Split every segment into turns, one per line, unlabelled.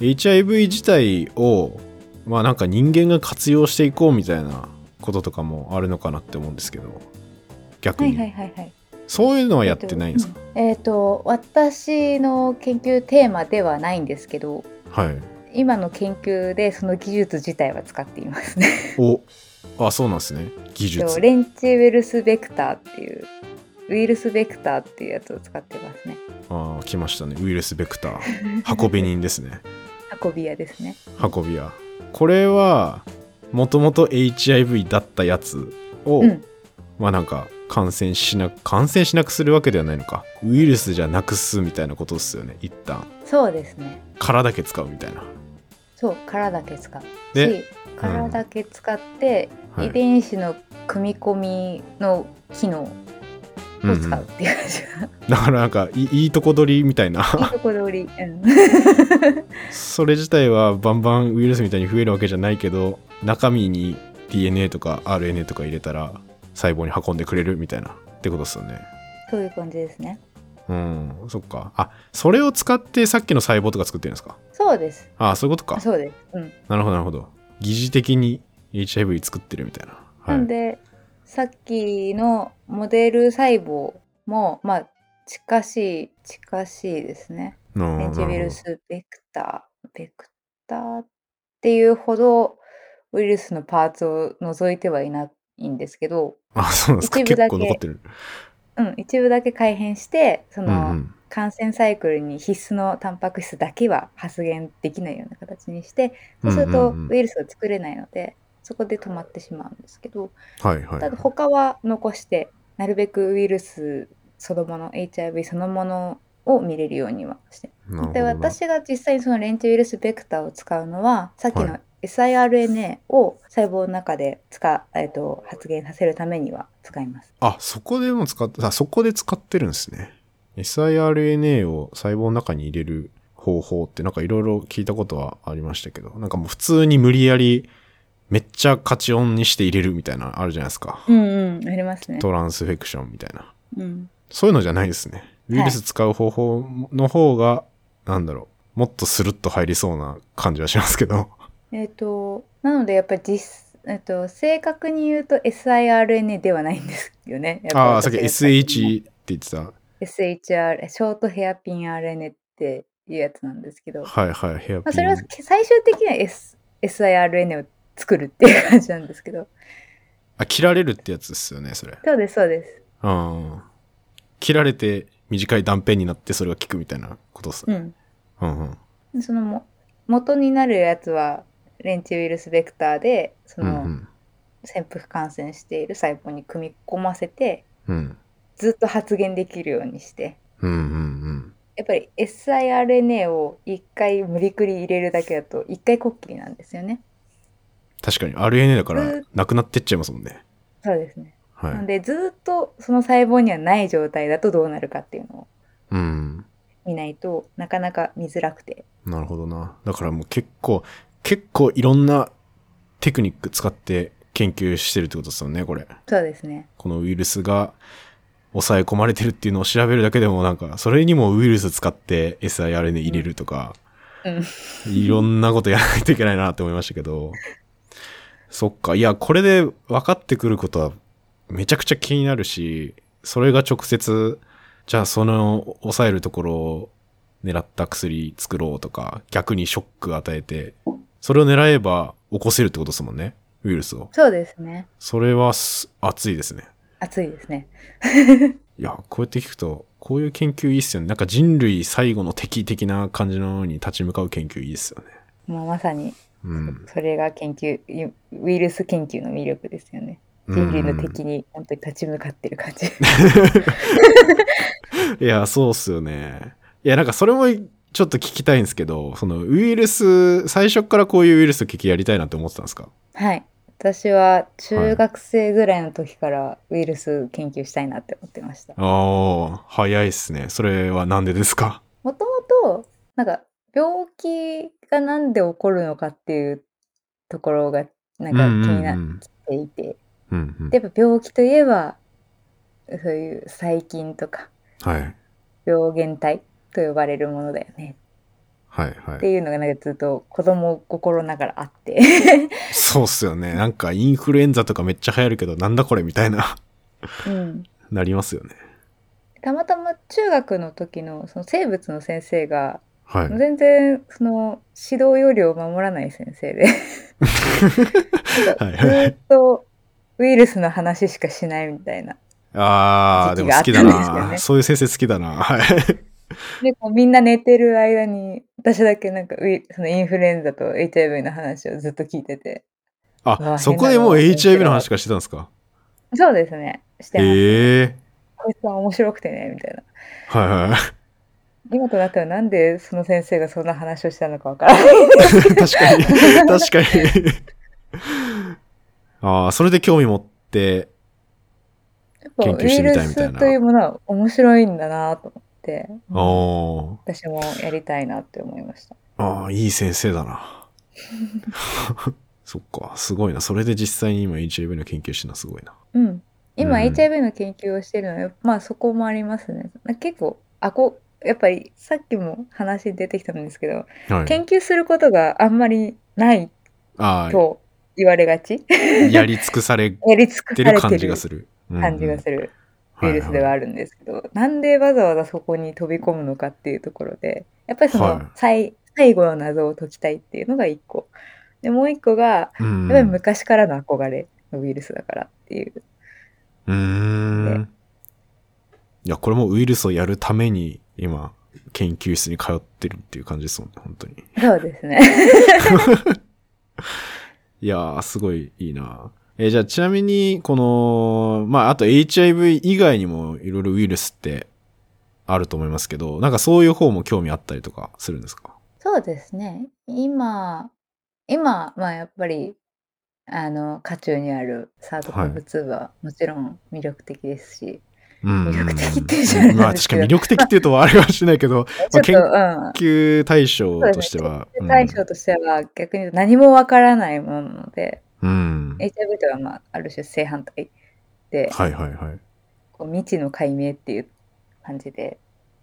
HIV 自体をまあなんか人間が活用していこうみたいなこととかもあるのかなって思うんですけど逆
は
に、
いはいはいはい。
そういうのはやってないんですか、
えっ、と私の研究テーマではないんですけど、
はい
今の研究でその技術自体は使っていますね。
おあそうなんですね技
と
術
レンチウイルスベクターっていうウイルスベクターっていうやつを使ってますね。
あー来ましたねウイルスベクター運び人ですね
運び屋ですね。
運び屋これはもともと HIV だったやつを、
うん。
まあなんか感染しなく感染しなくするわけではないのかウイルスじゃなくすみたいなことですよね一旦
そうですね。
殻だけ使うみたいな
そう殻だけ使う。
で
し殻だけ使って、
はい
遺伝子の組み込みの機能を
うんう
使うんっていう感じ
だ
が、
からなんかいいいとこ取りみたい
いい
な
ところり、うん、
それ自体はバンバンウイルスみたいに増えるわけじゃないけど中身に DNA とか RNA とか入れたら細胞に運んでくれるみたいなってことですよね
そういう感じですね
うんそっかあそれを使ってさっきの細胞とか作ってるんですか
そうです
ああそういうことか
そうです、うん
なるほどなるほど疑似的に HIV 作ってるみたいなは
ないんでさっきのモデル細胞もまあ近しい近しいですね
うん
レンチウイル
なる
スベクターベクターっていうほどウイルスのパーツを除いてはいないんですけど、
ほどあそうなんですか
一部
結
だけ
構残ってる
うん、一部だけ改変してそ
うん
の、
うん
感染サイクルに必須のタンパク質だけは発現できないような形にしてそうする
う
と
んうんうん
ウイルスを作れないのでそこで止まってしまうんですけど
はいはいは
た
い
だ他は残してなるべくウイルスそのもの HIV そのものを見れるようにはして
なるほ
で
どな
私が実際にそのレンチウイルスベクターを使うのはさっき
は
の siRNA を細胞の中で使、えっと発現させるためには使います。
あそこでも使ってあそこで使ってるんですね siRNA を細胞の中に入れる方法ってなんかいろいろ聞いたことはありましたけどなんかもう普通に無理やりめっちゃカチオンにして入れるみたいなのあるじゃないですか
うんうん、ありますね。
トランスフェクションみたいな
うん、
そういうのじゃないですね。ウイルス使う方法の方が、なんだろう、もっとスルッと入りそうな感じはしますけど。
えっ、となのでやっぱり実えっと正確に言うと siRNA ではないんですよね。
ああ、さっき
私
SH って言ってた。
が使ってる SHR ショートヘアピン RNA っていうやつなんですけど、ま
はいはい、ヘア
あ、
ピ
それは
ン。
最終的には、S、siRNA を作るっていう感じなんですけど
あ、切られるってやつですよね、それ。
そうですそうです。
うん。切られて短い断片になってそれが効くみたいなことです
う
ね。
ん
うんうん。
そのも元になるやつはレンチウイルスベクターでそ
うんう
の
ん。
潜伏感染している細胞に組み込ませて
うん。
ずっと発現できるようにして
うんうんうん。
やっぱり siRNA を一回無理くり入れるだけだと一回こっきりなんですよね。
確かに RNA だか
う
ら
ん
なくなってっちゃいますもんね。
そうですね。
は
ないの。でずっとその細胞にはない状態だとどうなるかっていうのを
うん。
見ないとなかなか見づらくて。
なるほどな。だからもう結構、結構いろんなテクニック使って研究してるってことですよね、これ。
そうですね。
このウイルスが抑え込まれてるっていうのを調べるだけでもなんか、それにもウイルス使って SIRN 入れるとか、
うん。
いろんなことやらないといけないなって思いましたけ ど。そっか。いや、これで分かってくることはめちゃくちゃ気になるし、それが直接、じゃあその抑えるところを狙った薬作ろうとか、逆にショック与えて、それを狙えば起こせるってことですもんね。ウイルスを。
そうですね。
それはす熱いですね。
暑いですね。
いや、こうやって聞くと、こういう研究いいっすよね。なんか人類最後の敵的な感じのように立ち向かう研究いいっすよね。
もうまさに
うん。
それが研究、ゆウイルス研究の魅力ですよね。人類の敵に本当に立ち向かってる感じ。
いや、そうっすよね。いや、なんかそれもちょっと聞きたいんですけど、そのウイルス、最初からこういうウイルス聞きやりたいなって思ってたんですか
はい。私は中学生ぐらいの時からウイルス研究したいなって思ってました。
ああ、早いっすね。それはなんでですか
もともと、なんか病気がなんで起こるのかっていうところがなんか気にな
う
っ
ん
ていて、
うんうん。
でやっぱ病気といえば、そういう細菌とか
はい。
病原体と呼ばれるものだよね
はい
っ
は
て
い。
いうのがなんかずっと子供心ながらあって
そうっすよね。なんかインフルエンザとかめっちゃ流行るけど、なんだこれみたいな、
うん
なりますよね。
たまたま中学の時のその生物の先生が
はい。
全然その指導要領を守らない先 生でなんか
はい
ずーっとウイルスの話しかしないみたいな
あー、で
時期
も
があ
好きだ
ったんですよ
な。
ね
そういう先生好きだな。 はい。
でこうみんな寝てる間に私だけなんかウイそのインフルエンザと HIV の話をずっと聞いててう
あ、
わ
そこでもう
変なの
HIV の話とかしてたんですか
そうですねしてます、
ええ
こいつは面白くてねみたいな
はいはいはい。
今となってはなんでその先生がそんな話をしたのかわからな
確
い
かに。確かに。 ああ、それで興味持って、
やっぱ
研
ウ
究して
イ
み
ル
たいみたいな
スというものは面白いんだなと思って、うん
おー
私もやりたいなって思いました
ああ、いい先生だな。 そっか、すごいな。それで実際に今 HIV の研究してるのはすごいな。
うん今
うん
HIV の研究をしてるのはまあそこもありますねなんか結構あこやっぱりさっきも話に出てきたんですけど
はい。
研究することがあんまりない
あ
と言われが ち、
あ、やり尽くされ
やり尽く
て
さ
る
れ
感
て
じ
る
がす る。
感じが
る。
するウイルスでは
あ
あるんですけど、なんでわざわざそこに飛び込むのかっていうところでやっぱりその、
はい
最最後の謎を解きたいっていうのが一個でもう一個が
る。うん
やっぱり昔からの憧れのウイルスだからっていう、
うーん。いや、これもウイルスをやるために今、研究室に通ってるっていう感じですもんね、本当に。
そうです ね
いやー、すごいいいな。えーじゃあちなみに、この、まあ、あと HIV 以外にもいろいろウイルスってあると思いますけど、なんかそういう方も興味あったりとかするんですか
そうですね今今まあやっぱりあの渦中にあるサードコブ2はもちろん魅力的ですし、
うん
魅力的っていうじゃない
まあ
です
確か
けど
に魅力的っていうとはあれはしないけど、
ちょっ
ま
と、うん
研究対象としては。
研究対象としては逆に言うと何もわからないものなので、
うん。うん
HIV とは、まあ、ある種正反対で、
はいはいはい。
こう未知の解明っていう感じで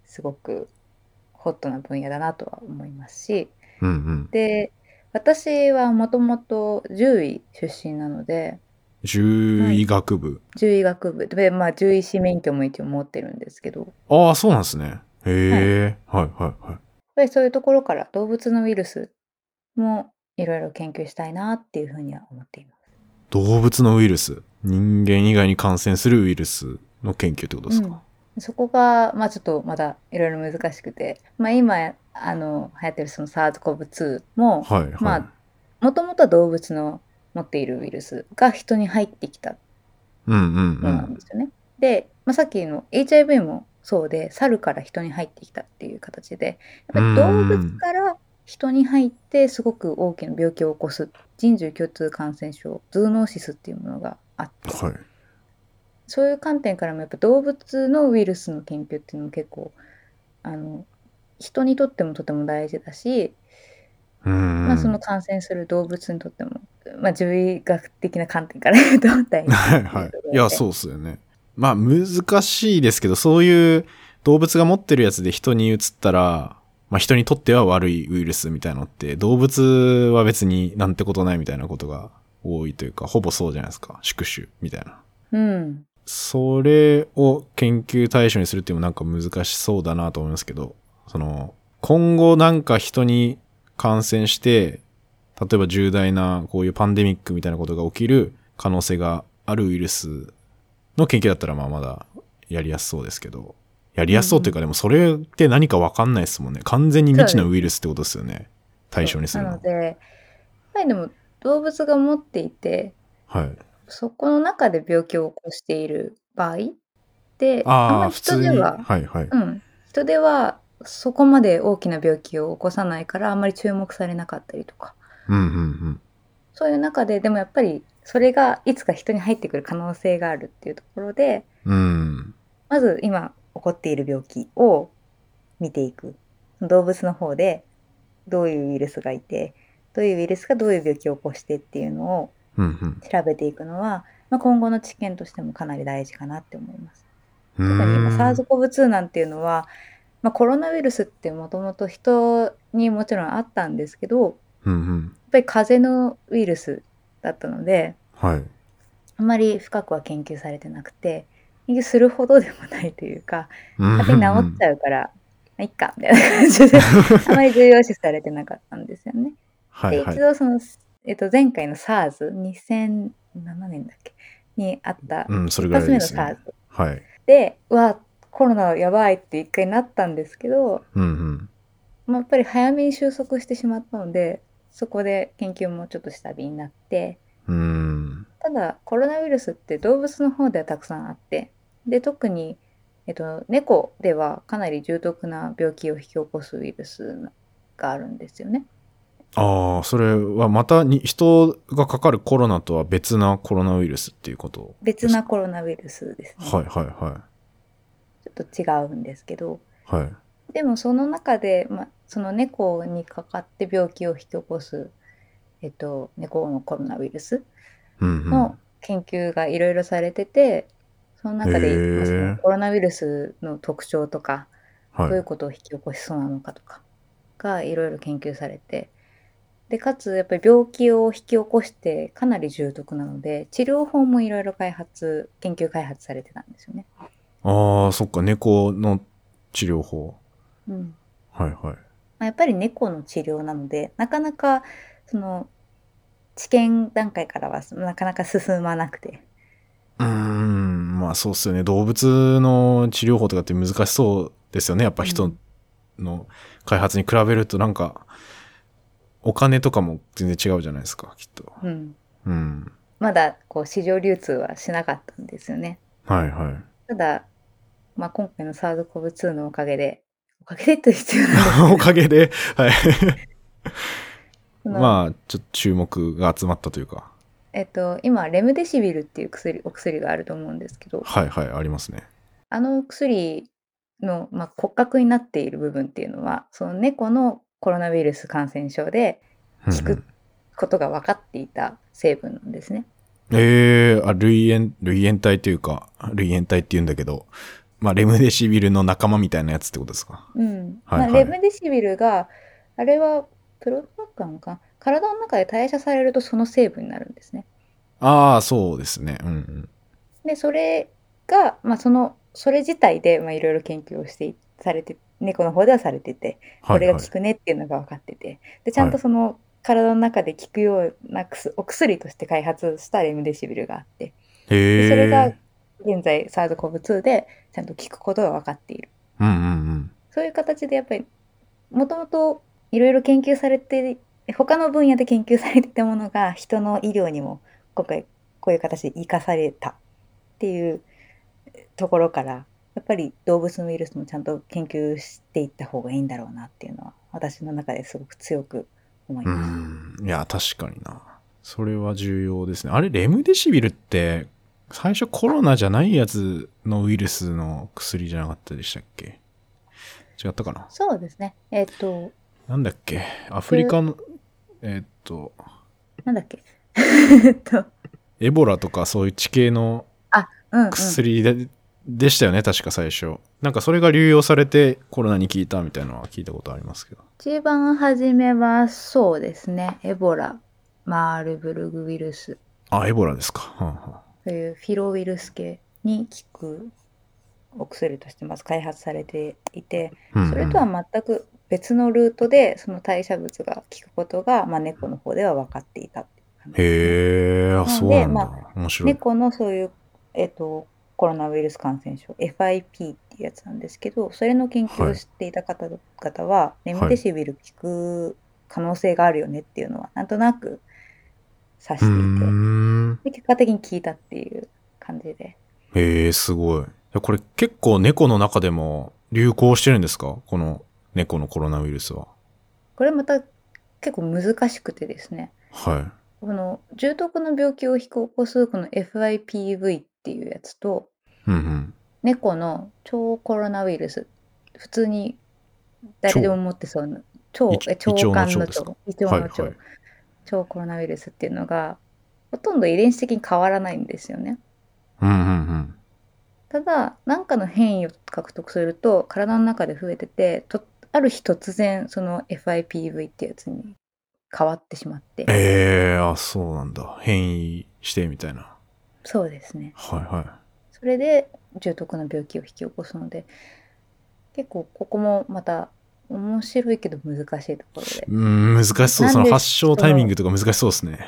すごくホットな分野だなとは思いますし
うんうん。
で私はもともと獣医出身なので
獣医学部。
獣医学部で、まあ、獣医師免許も一応持ってるんですけどやっ
ああ、そうなんですね。へえ、はいはいはい。
ぱりそういうところから動物のウイルスもいろいろ研究したいなっていうふうには思っています。
動物のウイルス。人間以外に感染するウイルスの研究ってことですか、
うん、そこが、まあ、ちょっとまだいろいろ難しくて、まあ、今あの流行ってるその SARS-CoV-2 も
はいはい。
まあもともとは動物の持っているウイルスが人に入ってきた
うんうんう
ものなん
ん。
ですよね。で、まあ、さっきの HIV もそうで猿から人に入ってきたっていう形でやっぱり動物から人に入ってすごく大きな病気を起こす人獣共通感染症ズーノーシスっていうものがあって。
はい。
そういう観点からもやっぱ動物のウイルスの研究っていうのも結構あの人にとってもとても大事だし、
うん。
まあ、その。感染する動物にとっても、まあ、獣医学的な観点から 言うと大 事
はいはい。いや、そううっすよね。まあ難しいですけど、そういう動物が持ってるやつで人に移ったら、まあ人にとっては悪いウイルスみたいなのって、動物は別になんてことないみたいなことが多いというか、ほぼそうじゃないですか。宿主みたいな。
うん
それを研究対象にするっていうのもなんか難しそうだなと思いますけど、その、今後なんか人に感染して、例えば重大なこういうパンデミックみたいなことが起きる可能性があるウイルスの研究だったらまあまだやりやすそうですけど、やりやすそうというかでもそれって何かわかんないですもんね。完全に未知なウイルスってことですよね。対象にする
な
の
の。でやっぱりでも動物が持っていて
はい。
そこの中で病気を起こしている場合でん
あ
ま
あ、
り
普
人
通に。
では
はいはい。
うん、人ではそこまで大きな病気を起こさないからあまり注目されなかったりとか
うんうんうん。
そういう中ででもやっぱりそれがいつか人に入ってくる可能性があるっていうところで
うん。
まず今起こっている病気を見ていく動物の方でどういうウイルスがいてどういうウイルスがどういう病気を起こしてっていうのを
うんうん。
調べていくのは、まあ、今後の知見としてもかなり大事かなって思います。
特
特に今
サー
SARS-CoV-2 なんていうのはまあ、コロナウイルスってもともと人にもちろんあったんですけどやっ
うんうん。
ぱり風邪のウイルスだったので
はい。
あまり深くは研究されてなくて研究するほどでもないというか勝手に治っち
ゃ
ゃうから、まあ、いっかみたいな感じであまり重要視されてなかったんですよね。
は
で
いはい
一。度その、えっと、前回の SARS2007 年だっけにあった
うん、それぐ
2
らい
つ目の
です
SARS
ね。はい。
で、うわコロナやばいって一回なったんですけど、
うんうん。
まあ、やっぱり早めに収束してしまったのでそこで研究もちょっと下火になって
うん。
ただコロナウイルスって動物の方ではたくさんあってで特に、えっと、猫ではかなり重篤な病気を引き起こすウイルスがあるんですよね。
ああ、それはまたに人がかかるコロナとは別なコロナウイルスっていうこと
別なコロナウイルスですね。
はいはいは
ちょっと違うんですけど
い。はい。
でもその中で、まあ、その猫にかかって病気を引き起こす、えっと、猫のコロナウイルス
うんうん。
の研究がいろいろされてて、その中で、
へー
まあそのコロナウイルスの特徴とか、どうい
は
う
い。
ことを引き起こしそうなのかとかがいろいろ研究されてでかつやっぱり病気を引き起こしてかなり重篤なので治療法もいろいろ開発研究開発されてたんですよね。
ああ、そっか、猫の治療法。
うん
はいはい。
まあ、やっぱり猫の治療なのでなかなかその治験段階からはなかなか進まなくて
うーん、まあそうっすよね。動物の治療法とかって難しそうですよね。やっぱ
う
人
ん
の開発に比べるとなんか、お金とかも全然違うじゃないですか、きっと。
うん、
うん。
まだこう市場流通はしなかったんですよね。
はい はい。
ただ、まあ、今回の SARS-CoV-2 のおかげで、おかげでという必要なんです
おかげで、はい。
けど、あ、
まあ、ちょっと注目が集まったというか。
えっと、今、レムデシビルっていう薬、お薬があると思うんですけど、
はいはい、ありますね。
あのお薬の、まあ、骨格になっている部分っていうのは、その猫のコロナウイルス感染症で効
うんう
く
ん
ことが分かっていた成分なんですね。
ええあ、類煙、類煙体というか、類煙体って言うんだけど、まあ、レムデシビルの仲間みたいなやつってことですか。
うん。
はいはい
まあ、レムデシビルが、あれはプロトカンかな体の中で代謝されるとその成分になるんですね。
ああ、そうですね。うんうん。
でそれが、まあ、そのそれ自体でまあいろいろ研究をしていされて猫の方ではされてて
は
こ
い、
れが
はい
効。くねっていうのが分かってて、でちゃんとその体の中で効くようなくすお薬として開発したレムデシビルがあって
へえ。
でそれが現在 SARS-CoV-2 でちゃんと効くことが分かっている
うんうんうん。
そういう形でやっぱりもともといろいろ研究されて他の分野で研究されていたものが人の医療にも今回こういう形で生かされたっていうところからやっぱり動物のウイルスもちゃんと研究していった方がいいんだろうなっていうのは私の中ですごく強く思いうます。
ん。いや、確かにな。それは重要ですね。あれ、レムデシビルって、最初コロナじゃないやつのウイルスの薬じゃなかったでしたっけ違ったかな
そうですね。えっ、と、
なんだっけアフリカの、えーっと、
なんだっ け。えっと、
エボラとかそういう地形の
うん、うん。
薬で,、でしたよね、確か最初。なんかそれが流用されてコロナに効いたみたいなのは聞いたことありますけど。
一番初めはそうですね。エボラ、マールブルグウイルス、
あ、エボラですか。はんは
というフィロウイルス系に効くお薬としてまず開発されていて
んうんうん
それとは全く別のルートでその代謝物が効くことが、まあ、猫の方では分かっていたっていう感じですね
へえ、あ、そうなんだ。
ま
面白い。
猫のそういう、えっとコロナウイルス感染症 FIP っていうやつなんですけどそれの研究を知っていた方々はレムデシビル効く可能性があるよねっていうのはなんとなく察
う
して
ー
い
ん。
て、で結果的に効いたっていう感じで。
へえ、すごい。これ結構猫の中でも流行してるんですかこの猫のコロナウイルスは。
これまた結構難しくてですね
は
この重篤な病気を引き起こすこの FIPV っていうやつと
い。うんうん。
猫の超コロナウイルス普通に誰でも持ってそうな超
い
え腸管の
胃腸の腸です
腸
か
胃腸
はい
の腸、
はい。
超コロナウイルスっていうのがほとんど遺伝子的に変わらないんですよね。
うんうんうん。
ただ何かの変異を獲得すると体の中で増えててとある日突然その FIPV ってやつに変わってしまって
ええー、あ、そうなんだ。変異してみたいな。
そうですね
はいは
それで重篤な病気を引き起こすので結構ここもまた面白いけど難しいところで
い。、うん、難しそう。
なんで
その発症タイミングとか難しそうですね。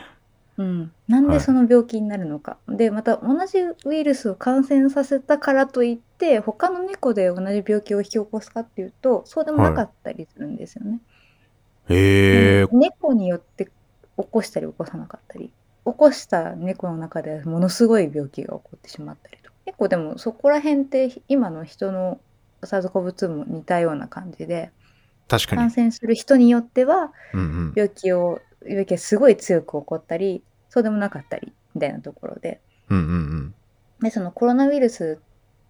うん、なん
はい
でその病気になるのか、でまた同じウイルスを感染させたからといって他の猫で同じ病気を引き起こすかっていうとそうでもなかったりするんですよね。
ええ
うん猫によって起こしたり起こさなかったり起こした猫の中でものすごい病気が起こってしまったりと結構でもそこら辺って今の人の SARS-CoV-2 も似たような感じで
確か
感
に。
染する人によっては
うんうん。
病気を病気がすごい強く起こったりそうでもなかったりみたいなところで
うんうんうん。
でそのコロナウイルス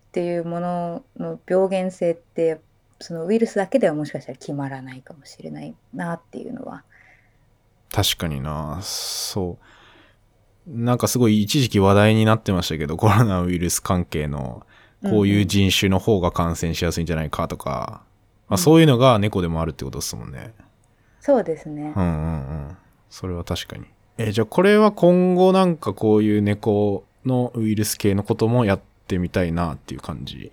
っていうものの病原性ってそのウイルスだけではもしかしたら決まらないかもしれないなっていうのは
確かにな。そう。なんかすごい一時期話題になってましたけど、コロナウイルス関係のこういう人種の方が感染しやすいんじゃないかとか、まあ、
うん
そういうのが猫でもあるってことですもんね。
そうですね
う。んうんうん。それは確かに。えーじゃあこれは今後なんかこういう猫のウイルス系のこともやってみたいなっていう感じ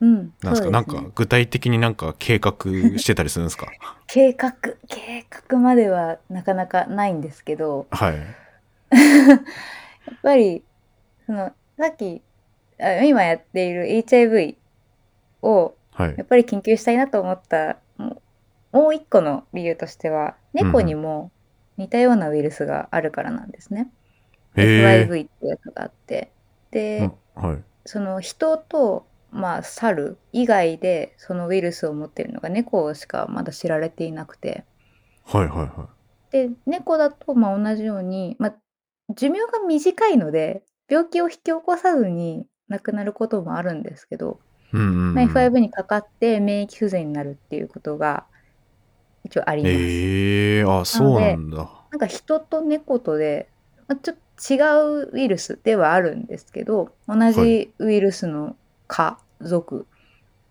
うん。
なんですか
そう
なん
ね
か具体的になんか計画してたりするんです か
計画、計画まではなかなかないんですけど、
はい。
やっぱり、その、さっき、あ今やっている HIV を、
はい
や。っぱり研究したいなと思った、もうもう一個の理由としては、猫にも似たようなウイルスがあるからなんですね。
へ
FIV ってやつがあって。
え
で、
ー。うんはい。
その人と、まあ、猿以外でそのウイルスを持っているのが猫しかまだ知られていなくて
はいはいは
で猫だとまあ同じように、まあ、寿命が短いので病気を引き起こさずに亡くなることもあるんですけど、
い。うんうん、うん。
まあ F5 にかかって免疫不全になるっていうことが一応あります。
ええあ、そうなんだ。
なんか人と猫とで、まあ、ちょっと違うウイルスではあるんですけど同じウイルスの科属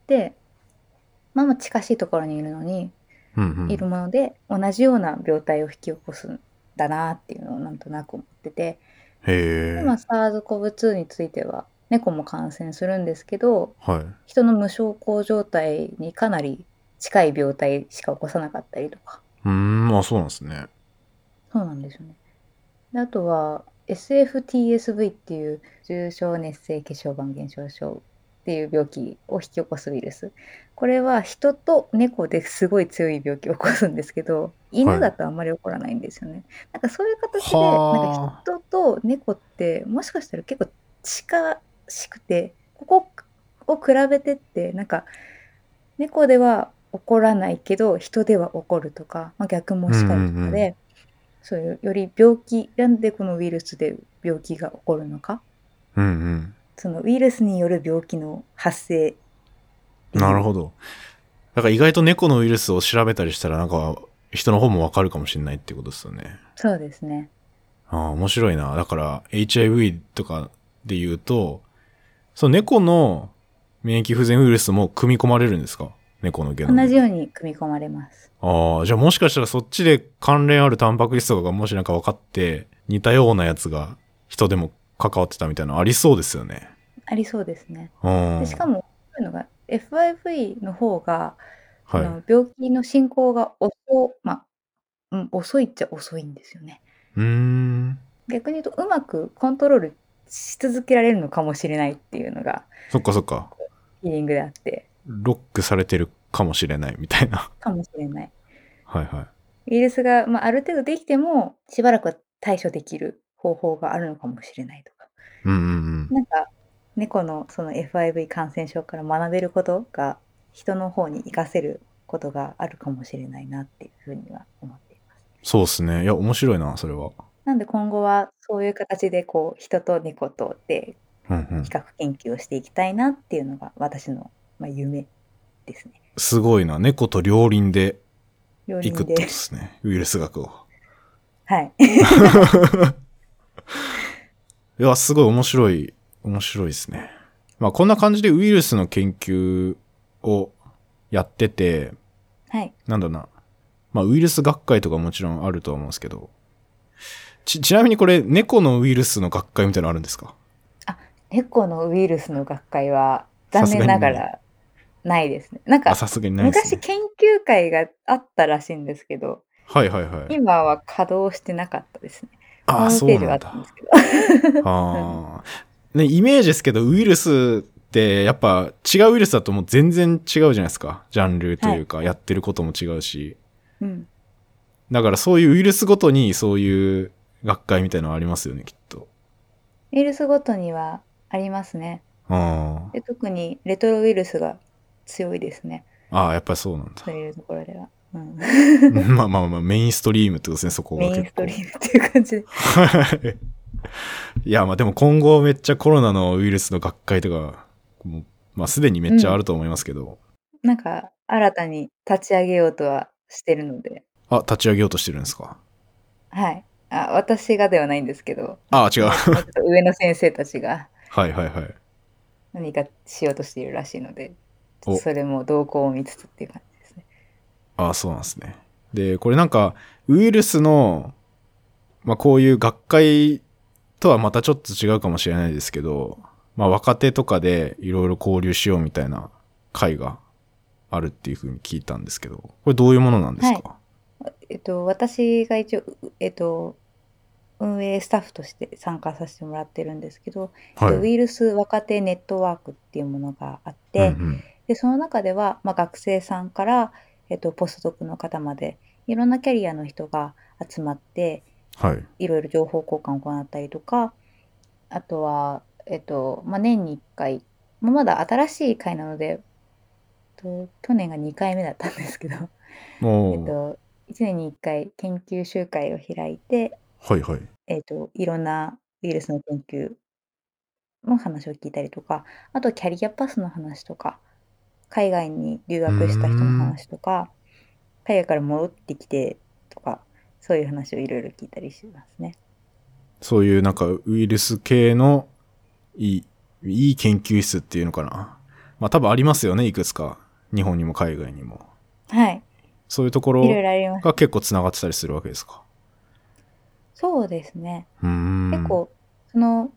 で、まあ、まあ近しいところにいるのに、
うんうん。
いるもので同じような病態を引き起こすんだなっていうのをなんとなく思ってて
へえ。
今 SARS-CoV-2 については猫も感染するんですけど
はい。
人の無症候状態にかなり近い病態しか起こさなかったりとか
うーん、あ、そうなんですね。
そうなんですよね。であとは SFTSV っていう重症熱性血小板減少症っていう病気を引き起こすウイルスこれは人と猫ですごい強い病気を起こすんですけど犬だとあんまり起こらないんですよね、なんかそういう形で
はあ
なんか人と猫ってもしかしたら結構近しくてここを比べてってなんか猫では起こらないけど人では起こるとか、まあ、逆もしかりと
うんう
か
んう
で、そういうより病気なんでこのウイルスで病気が起こるのか
うんうん。
そのウイルスによる病気の発生
なるほど。だから意外と猫のウイルスを調べたりしたら、なんか人の方もわかるかもしれないってことですよね。
そうですね
ああ、面白いな。だから HIV とかで言うと、その猫の免疫不全ウイルスも組み込まれるんですか猫のゲノム。
同じように組み込まれます
ああ、じゃあもしかしたらそっちで関連あるタンパク質とかがもしなんか分かって、似たようなやつが人でも関わってたみたいなのありそうですよね。
ありそうですね
うん。
でしかもそういうのが FIV の方が、
はい。
あ
う
の病気の進行が遅,、まあうん、遅いっちゃ遅いんですよね
ーん。
逆に言うとうまくコントロールし続けられるのかもしれないっていうのが
そっかそっか。
ヒーリングであって
ロックされてるかもしれないみたい な。
かもしれない
はいはい。
ウイルスが、まあ、ある程度できてもしばらくは対処できる方法があるのかもしれないとか
うんうん
なんか猫のその FIV 感染症から学べることが人の方に活かせることがあるかもしれないなっていうふうには思っています。
そうですね。いや、面白いな、それは。
なんで今後はそういう形でこう人と猫とで
うんうん
比。較研究をしていきたいなっていうのが私の、まあ、夢ですね。
すごいな。猫と両輪で
両
行く
輪
ってこと
で
で。すね。ウイルス学を。
はい。
いや、すごい面白い、面白いですね。まあこんな感じでウイルスの研究をやってて、
はい。
なんだろうな。まあ、ウイルス学会とかもちろんあるとは思うんですけど。ち、ちなみにこれ、猫のウイルスの学会みたいなのあるんですか
猫のウイルスの学会は
さ
残
すが
念
にな
ないがらないですね。なんか
あ、さすがにないです、
昔
ね。
研究会があったらしいんですけど、
はいはいはい。
今は稼働してなかったですね。ホ
ああ、
ーム
そ
ペー
う
ジはあ
なん
った
だ
んで。すけど。
ああ。ね、イメージですけど、ウイルスって、やっぱ違うウイルスだともう全然違うじゃないですか。ジャンルというか、やってることも違うし。
うん、
だからそういうウイルスごとに、そういう学会みたいなのありますよね、きっと。
ウイルスごとにはありますね。
あ
で特にレトロウイルスが強いですね。
あ。ああ、やっぱりそうなん だ
そ。ういうところでは。うん、
まあまあまあ、メインストリームってことですね、そこが
メ
結構。
インストリームっていう感じで。
はい いや、まあでも今後めっちゃコロナのウイルスの学会とか、もうまあすでにめっちゃあると思いますけど、
なんか新たに立ち上げようとはしてるので、
あ、立ち上げようとしてるんですか。
はい。あ私がではないんですけど、
あ違う。は
もうちょっと上の先生たちが
いはいはい。
何かしようとしているらしいので、
お
それも動向を見つつっていう感じですね。
あそうなんですね。で、これなんか、ウイルスの、まあこういう学会とはまたちょっと違うかもしれないですけど、まあ若手とかでいろいろ交流しようみたいな会があるっていうふうに聞いたんですけど、これどういうものなんですか、
えっと、私が一応、うえっと、運営スタッフとして参加させてもらってるんですけど、
はい、
ウイルス若手ネットワークっていうものがあって、
うんうん
でその中では、まあ、学生さんから、えっと、ポストドクの方までいろんなキャリアの人が集まって
はい。
いろいろ情報交換を行ったりとかあとは、えっとまあ、年に1回、まあ、まだ新しい会なので、えっと、去年が2回目だったんですけど、
お
え
ー
っと、1年に1回研究集会を開いて、
はいはい。
えっと、いろんなウイルスの研究の話を聞いたりとか、あとキャリアパスの話とか、海外に留学した人の話とか、海外から戻ってきてとか、そういう話をいろいろ聞いたりしますね。
そういうなんかウイルス系のいい、いい研究室っていうのかな。まあ多分ありますよね、いくつか。日本にも海外にも。
はい。
そういうところ
いろいろあります。
が結構つながってたりするわけですか。
そうですね。
うーん。
結構、その、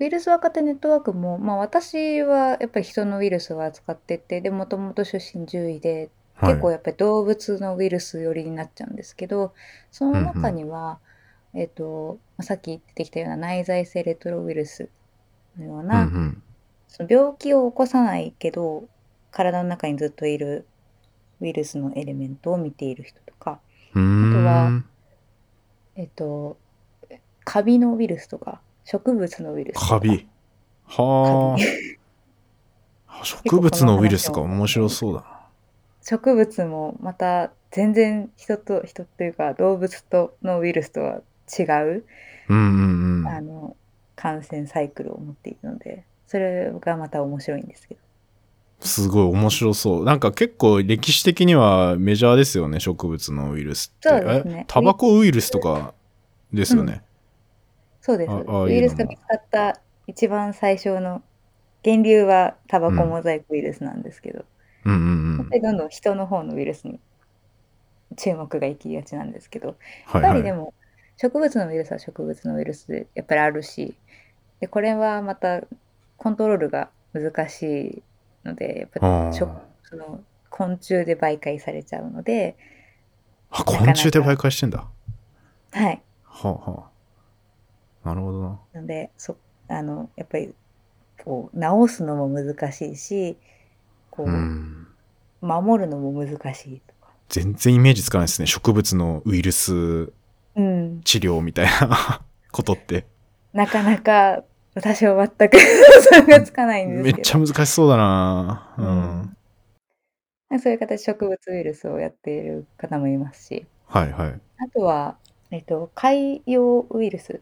ウイルス若手ネットワークも、まあ私はやっぱり人のウイルスは扱ってて、で、もともと出身獣医で、
はい、
結構やっぱり動物のウイルス寄りになっちゃうんですけどその中には、えっとまあさっき出てきたような内在性レトロウイルスのような、
うんうん
その病気を起こさないけど体の中にずっといるウイルスのエレメントを見ている人とか、
うーん。
あとはえっとカビのウイルスとか植物のウイルスとか
カビ。はあ。 植物のウイルスとか面白そうだな。
植物もまた全然人と人というか動物とのウイルスとは違う
うんうんう
あ
ん。
の感染サイクルを持っているのでそれがまた面白いんですけど
すごい面白そう。なんか結構歴史的にはメジャーですよね、植物のウイルスって。
そうですね
えタバコウイルスとかですよね。
そうです
ああ
ウイル
い
ス
い
が
な
見つかった一番最初の源流はタバコ
うん
モザイクウイルスなんですけど、
うんうんう
やっ
ん
ぱ。りどんどん人の方のウイルスに注目が行きがちなんですけど
は
やっぱりで
も、
も植物のウイルスは植物のウイルスでやっぱりあるしでこれはまたコントロールが難しいのでやっぱ
あ
食
ー
その昆虫で媒介されちゃうので、
あ、昆虫で媒介してんだ。は
はい、
あはあ。なるほどな。
なのでそあのやっぱりこう直すのも難しいしこう、
うん。
守るのも難しいとか、
全然イメージつかないですね。植物のウイルス
うん、
治療みたいな ことって。
なかなか私は全く 想像がつかないんですけど
めっちゃ難しそうだな。う。
うんんそういう形で植物ウイルスをやっている方もいますし
はいはい。
あとは、えっと、海洋ウイルス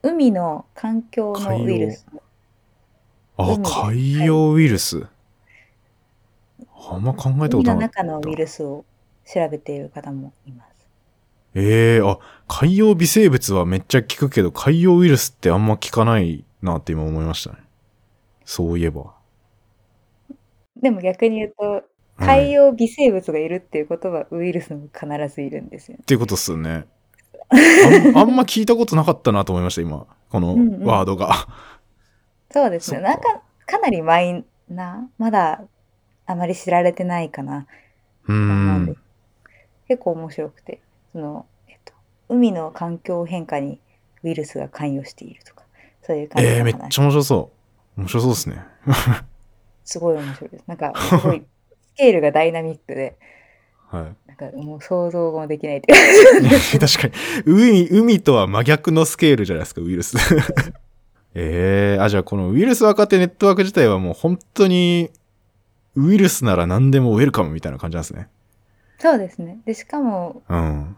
海の環境のウイルス
あ、
海
海洋ウイルス。あんま考えたこ
海
と
の
ない。
中のウイルスを調べている方もいます
ええあ、海洋微生物はめっちゃ聞くけど、海洋ウイルスってあんま聞かないなって今思いましたね。そういえば。
でも逆に言うと
うん
海
っ
洋微生物がいるっていうことはウイルスも必ずいるんですよね。
ていうことっすよ ね。あんあんま聞いたことなかったなと思いました、今。この
うんうん
ワードが。
そうですね。
そっ
な
か
んかかなりマイナーまだあまり知られてないかな。
う
なんで
ん。
結構面白くてその、えっと、海の環境変化にウイルスが関与しているとかそういう感じの
えー、め
話、
っちゃ面白そう。面白そうですね。
すごい面白いです。なんかすごい スケールがダイナミックで
はい。
なんかもう想像もできな いっていうか
いや 確かに海海とは真逆のスケールじゃないですかウイルス ええあじゃあこのウイルス若手ネットワーク自体はもう本当にウイルスなら何でもウェルカムみたいな感じなんですね
そうですね。でしかも
うん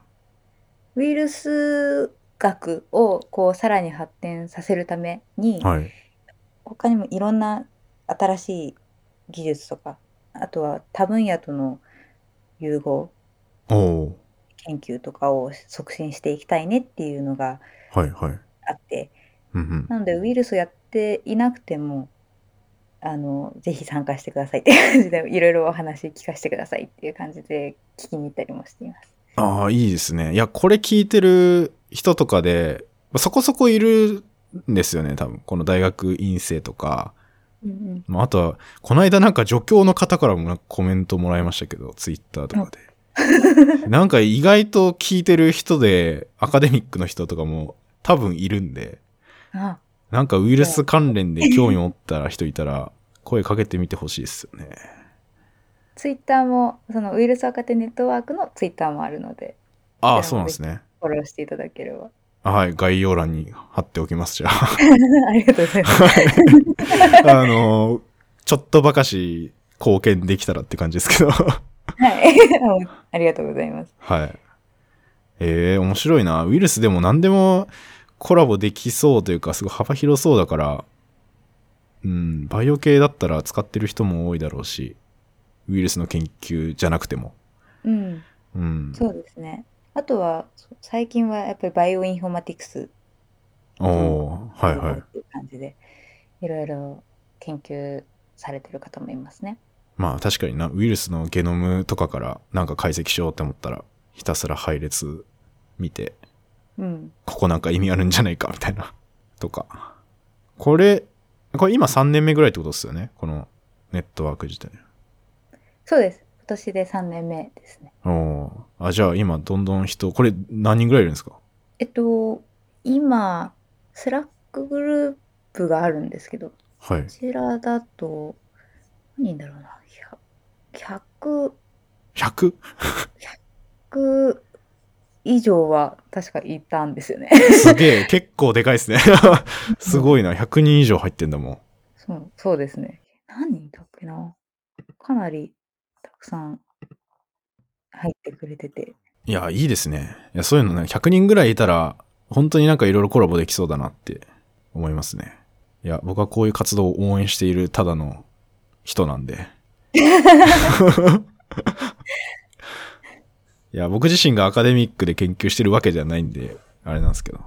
ウイルス学をこうさらに発展させるために、
はい
他にもいろんな新しい技術とかあとは他分野との融合
おお
研究とかを促進していきたいねっていうのが
ーはいはい
あって
うんうん
なのでウイルスやっていなくてもあのぜひ参加してくださいっていう感じでいろいろお話聞かせてくださいっていう感じで聞きに行ったりもしています。
ああいいですねいやこれ聞いてる人とかでまあそこそこいるんですよね多分この大学院生とか
うんうん、
まあ、あとは、この間なんか助教の方からもなんかコメントもらいましたけど、ツイッターとかで。なんか意外と聞いてる人で、アカデミックの人とかも多分いるんで、
あ
なんかウイルス関連で興味持ったら人いたら、声かけてみてほしいですよね。
ツイッターもそのウイルス若手ネットワークのツイッターもあるので
ああ、そうなんですね。
フォローしていただければ。
はい、概要欄に貼っておきます、じゃあ。
ありがとうございます。
あの、ちょっとばかし貢献できたらって感じですけど。
はい。 ありがとうございます。
はい。えー、面白いな。ウイルスでも何でもコラボできそうというか、すごい幅広そうだから、うん、バイオ系だったら使ってる人も多いだろうし、ウイルスの研究じゃなくても。
うん、
うん。
そうですね。あとは、そう最近はやっぱりバイオインフォマティクス
おおーはいはい。
っていう感じで、いろいろ研究されてる方もいますね。
まあ確かにな、ウイルスのゲノムとかからなんか解析しようって思ったら、ひたすら配列見て、
うん。
ここなんか意味あるんじゃないかみたいな。とか。これ、これ今3年目ぐらいってことですよね。このネットワーク自体。
そうです。今年で3年目ですね。
おおー。あ、じゃあ今どんどん人、これ何人ぐらいいるんですか
えっと、今、スラックグループがあるんですけど、こ
はい。
ちらだと、何人だろうな、100、
100?
100以上は確かいたんですよね。
すげえ、 結構でかいですね。すごいな。100人以上入ってんだもん。
そう、そうですね。何人だっけな。かなりたくさん入ってくれてて。
いや、いいですね。いや、そういうのね、100人ぐらいいたら、本当になんかいろいろコラボできそうだなって思いますね。いや、僕はこういう活動を応援しているただの人なん で。いや、僕自身がアカデミックで研究してるわけじゃないんで、あれなんですけど。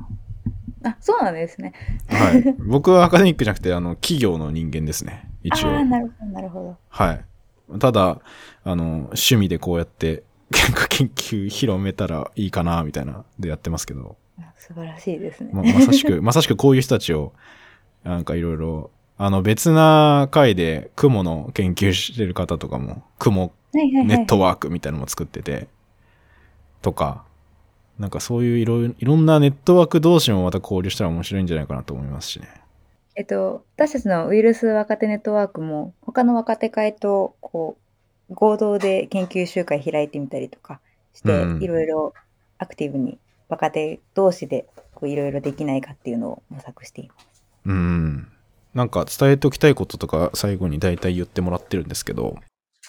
あ、そうなんですね。
はい。僕はアカデミックじゃなくて、あの、企業の人間ですね。
あ
一応。
あー、なるほど、なるほど。
はい。ただ、あの、趣味でこうやって、 なんか研究広めたらいいかな、みたいな、でやってますけど、
あ素晴らしいですね。
ま、まさし く、まさしくこういう人たちを、なんかいろいろ、あの、別な回で、雲の研究してる方とかも、雲
はいはいはい。
ネットワークみたいなのも作ってて、とか、なんかそういういろいろいろんなネットワーク同士もまた交流したら面白いんじゃないかなと思いますしね。
えっと、私たちのウイルス若手ネットワークも、他の若手会と、こう、合同で研究集会開いてみたりとかして、
うん
いろいろアクティブに若手同士で、こういろいろできないかっていうのを模索しています。
うん。なんか伝えておきたいこととか最後に大体言ってもらってるんですけど、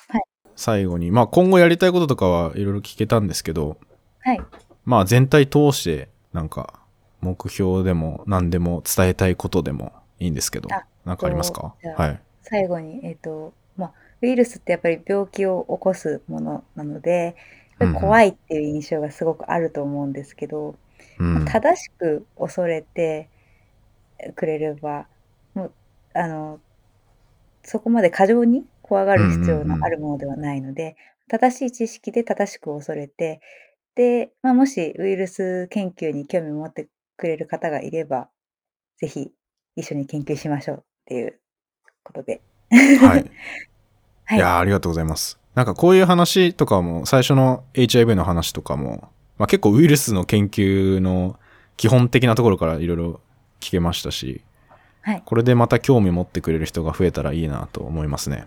はい
最後に、まあ今後やりたいこととかはいろいろ聞けたんですけど、
はい。
まあ全体通してなんか目標でも何でも伝えたいことでもいいんですけど
あ、
なんかありますか
じゃあ
はい。
最後に、えっとまあ、ウイルスってやっぱり病気を起こすものなのでやっぱり怖いっていう印象がすごくあると思うんですけど、
うん。
正しく恐れてくれればもうあのそこまで過剰に怖がる必要のあるものではないので、正しい知識で正しく恐れて、で、まあ、もしウイルス研究に興味を持ってくれる方がいれば、ぜひ一緒に研究しましょうっていうことで。
はい。
はい
いやーありがとうございます。なんかこういう話とかも、最初の HIV の話とかも、まあ、結構ウイルスの研究の基本的なところからいろいろ聞けましたし、
はい
これでまた興味持ってくれる人が増えたらいいなと思いますね。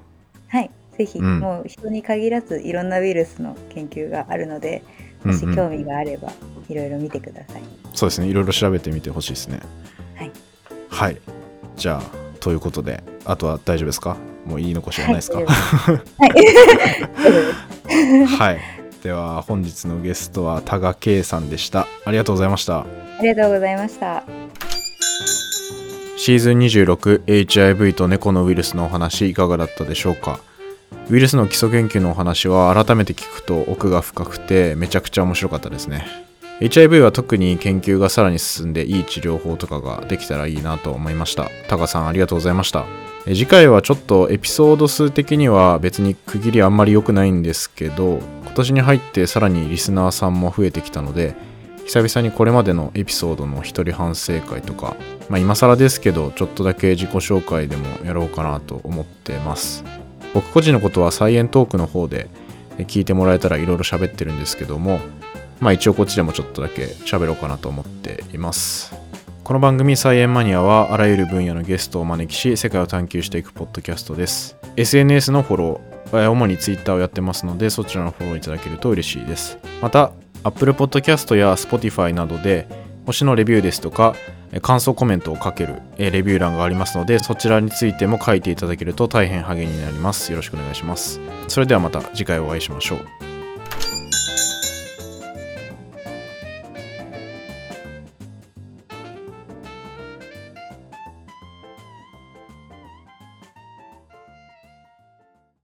はい、ぜひ、
うん
もう人に限らずいろんなウイルスの研究があるので、もし
うんうん
興味があればいろいろ見てください。
そうですね。いろいろ調べてみてほしいですね。
はい。
はい。じゃあ、ということで、あとは大丈夫ですかもう言い残しはないですか、
はい大丈夫ですはい大丈夫 です。
はい。では本日のゲストは多賀圭さんでした。ありがとうございました。
ありがとうございました。
シーズン 26HIV と猫のウイルスのお話いかがだったでしょうかウイルスの基礎研究のお話は改めて聞くと奥が深くてめちゃくちゃ面白かったですね。HIV は特に研究がさらに進んでいい治療法とかができたらいいなと思いました。タカさんありがとうございました。え次回はちょっとエピソード数的には別に区切りあんまり良くないんですけど今年に入ってさらにリスナーさんも増えてきたので久々にこれまでのエピソードの一人反省会とかまあ、今更ですけどちょっとだけ自己紹介でもやろうかなと思ってます僕個人のことはサイエントークの方でえ聞いてもらえたらいろいろ喋ってるんですけどもまあ一応こっちでもちょっとだけ喋ろうかなと思っていますこの番組「サイエンマニア」はあらゆる分野のゲストをお招きし世界を探求していくポッドキャストです SNS のフォローえ主に Twitter をやってますのでそちらのフォローいただけると嬉しいですまた Apple Podcast や Spotify などで星のレビューですとかえー感想コメントをかけるえーレビュー欄がありますのでそちらについても書いていただけると大変励みになりますよろしくお願いしますそれではまた次回お会いしましょう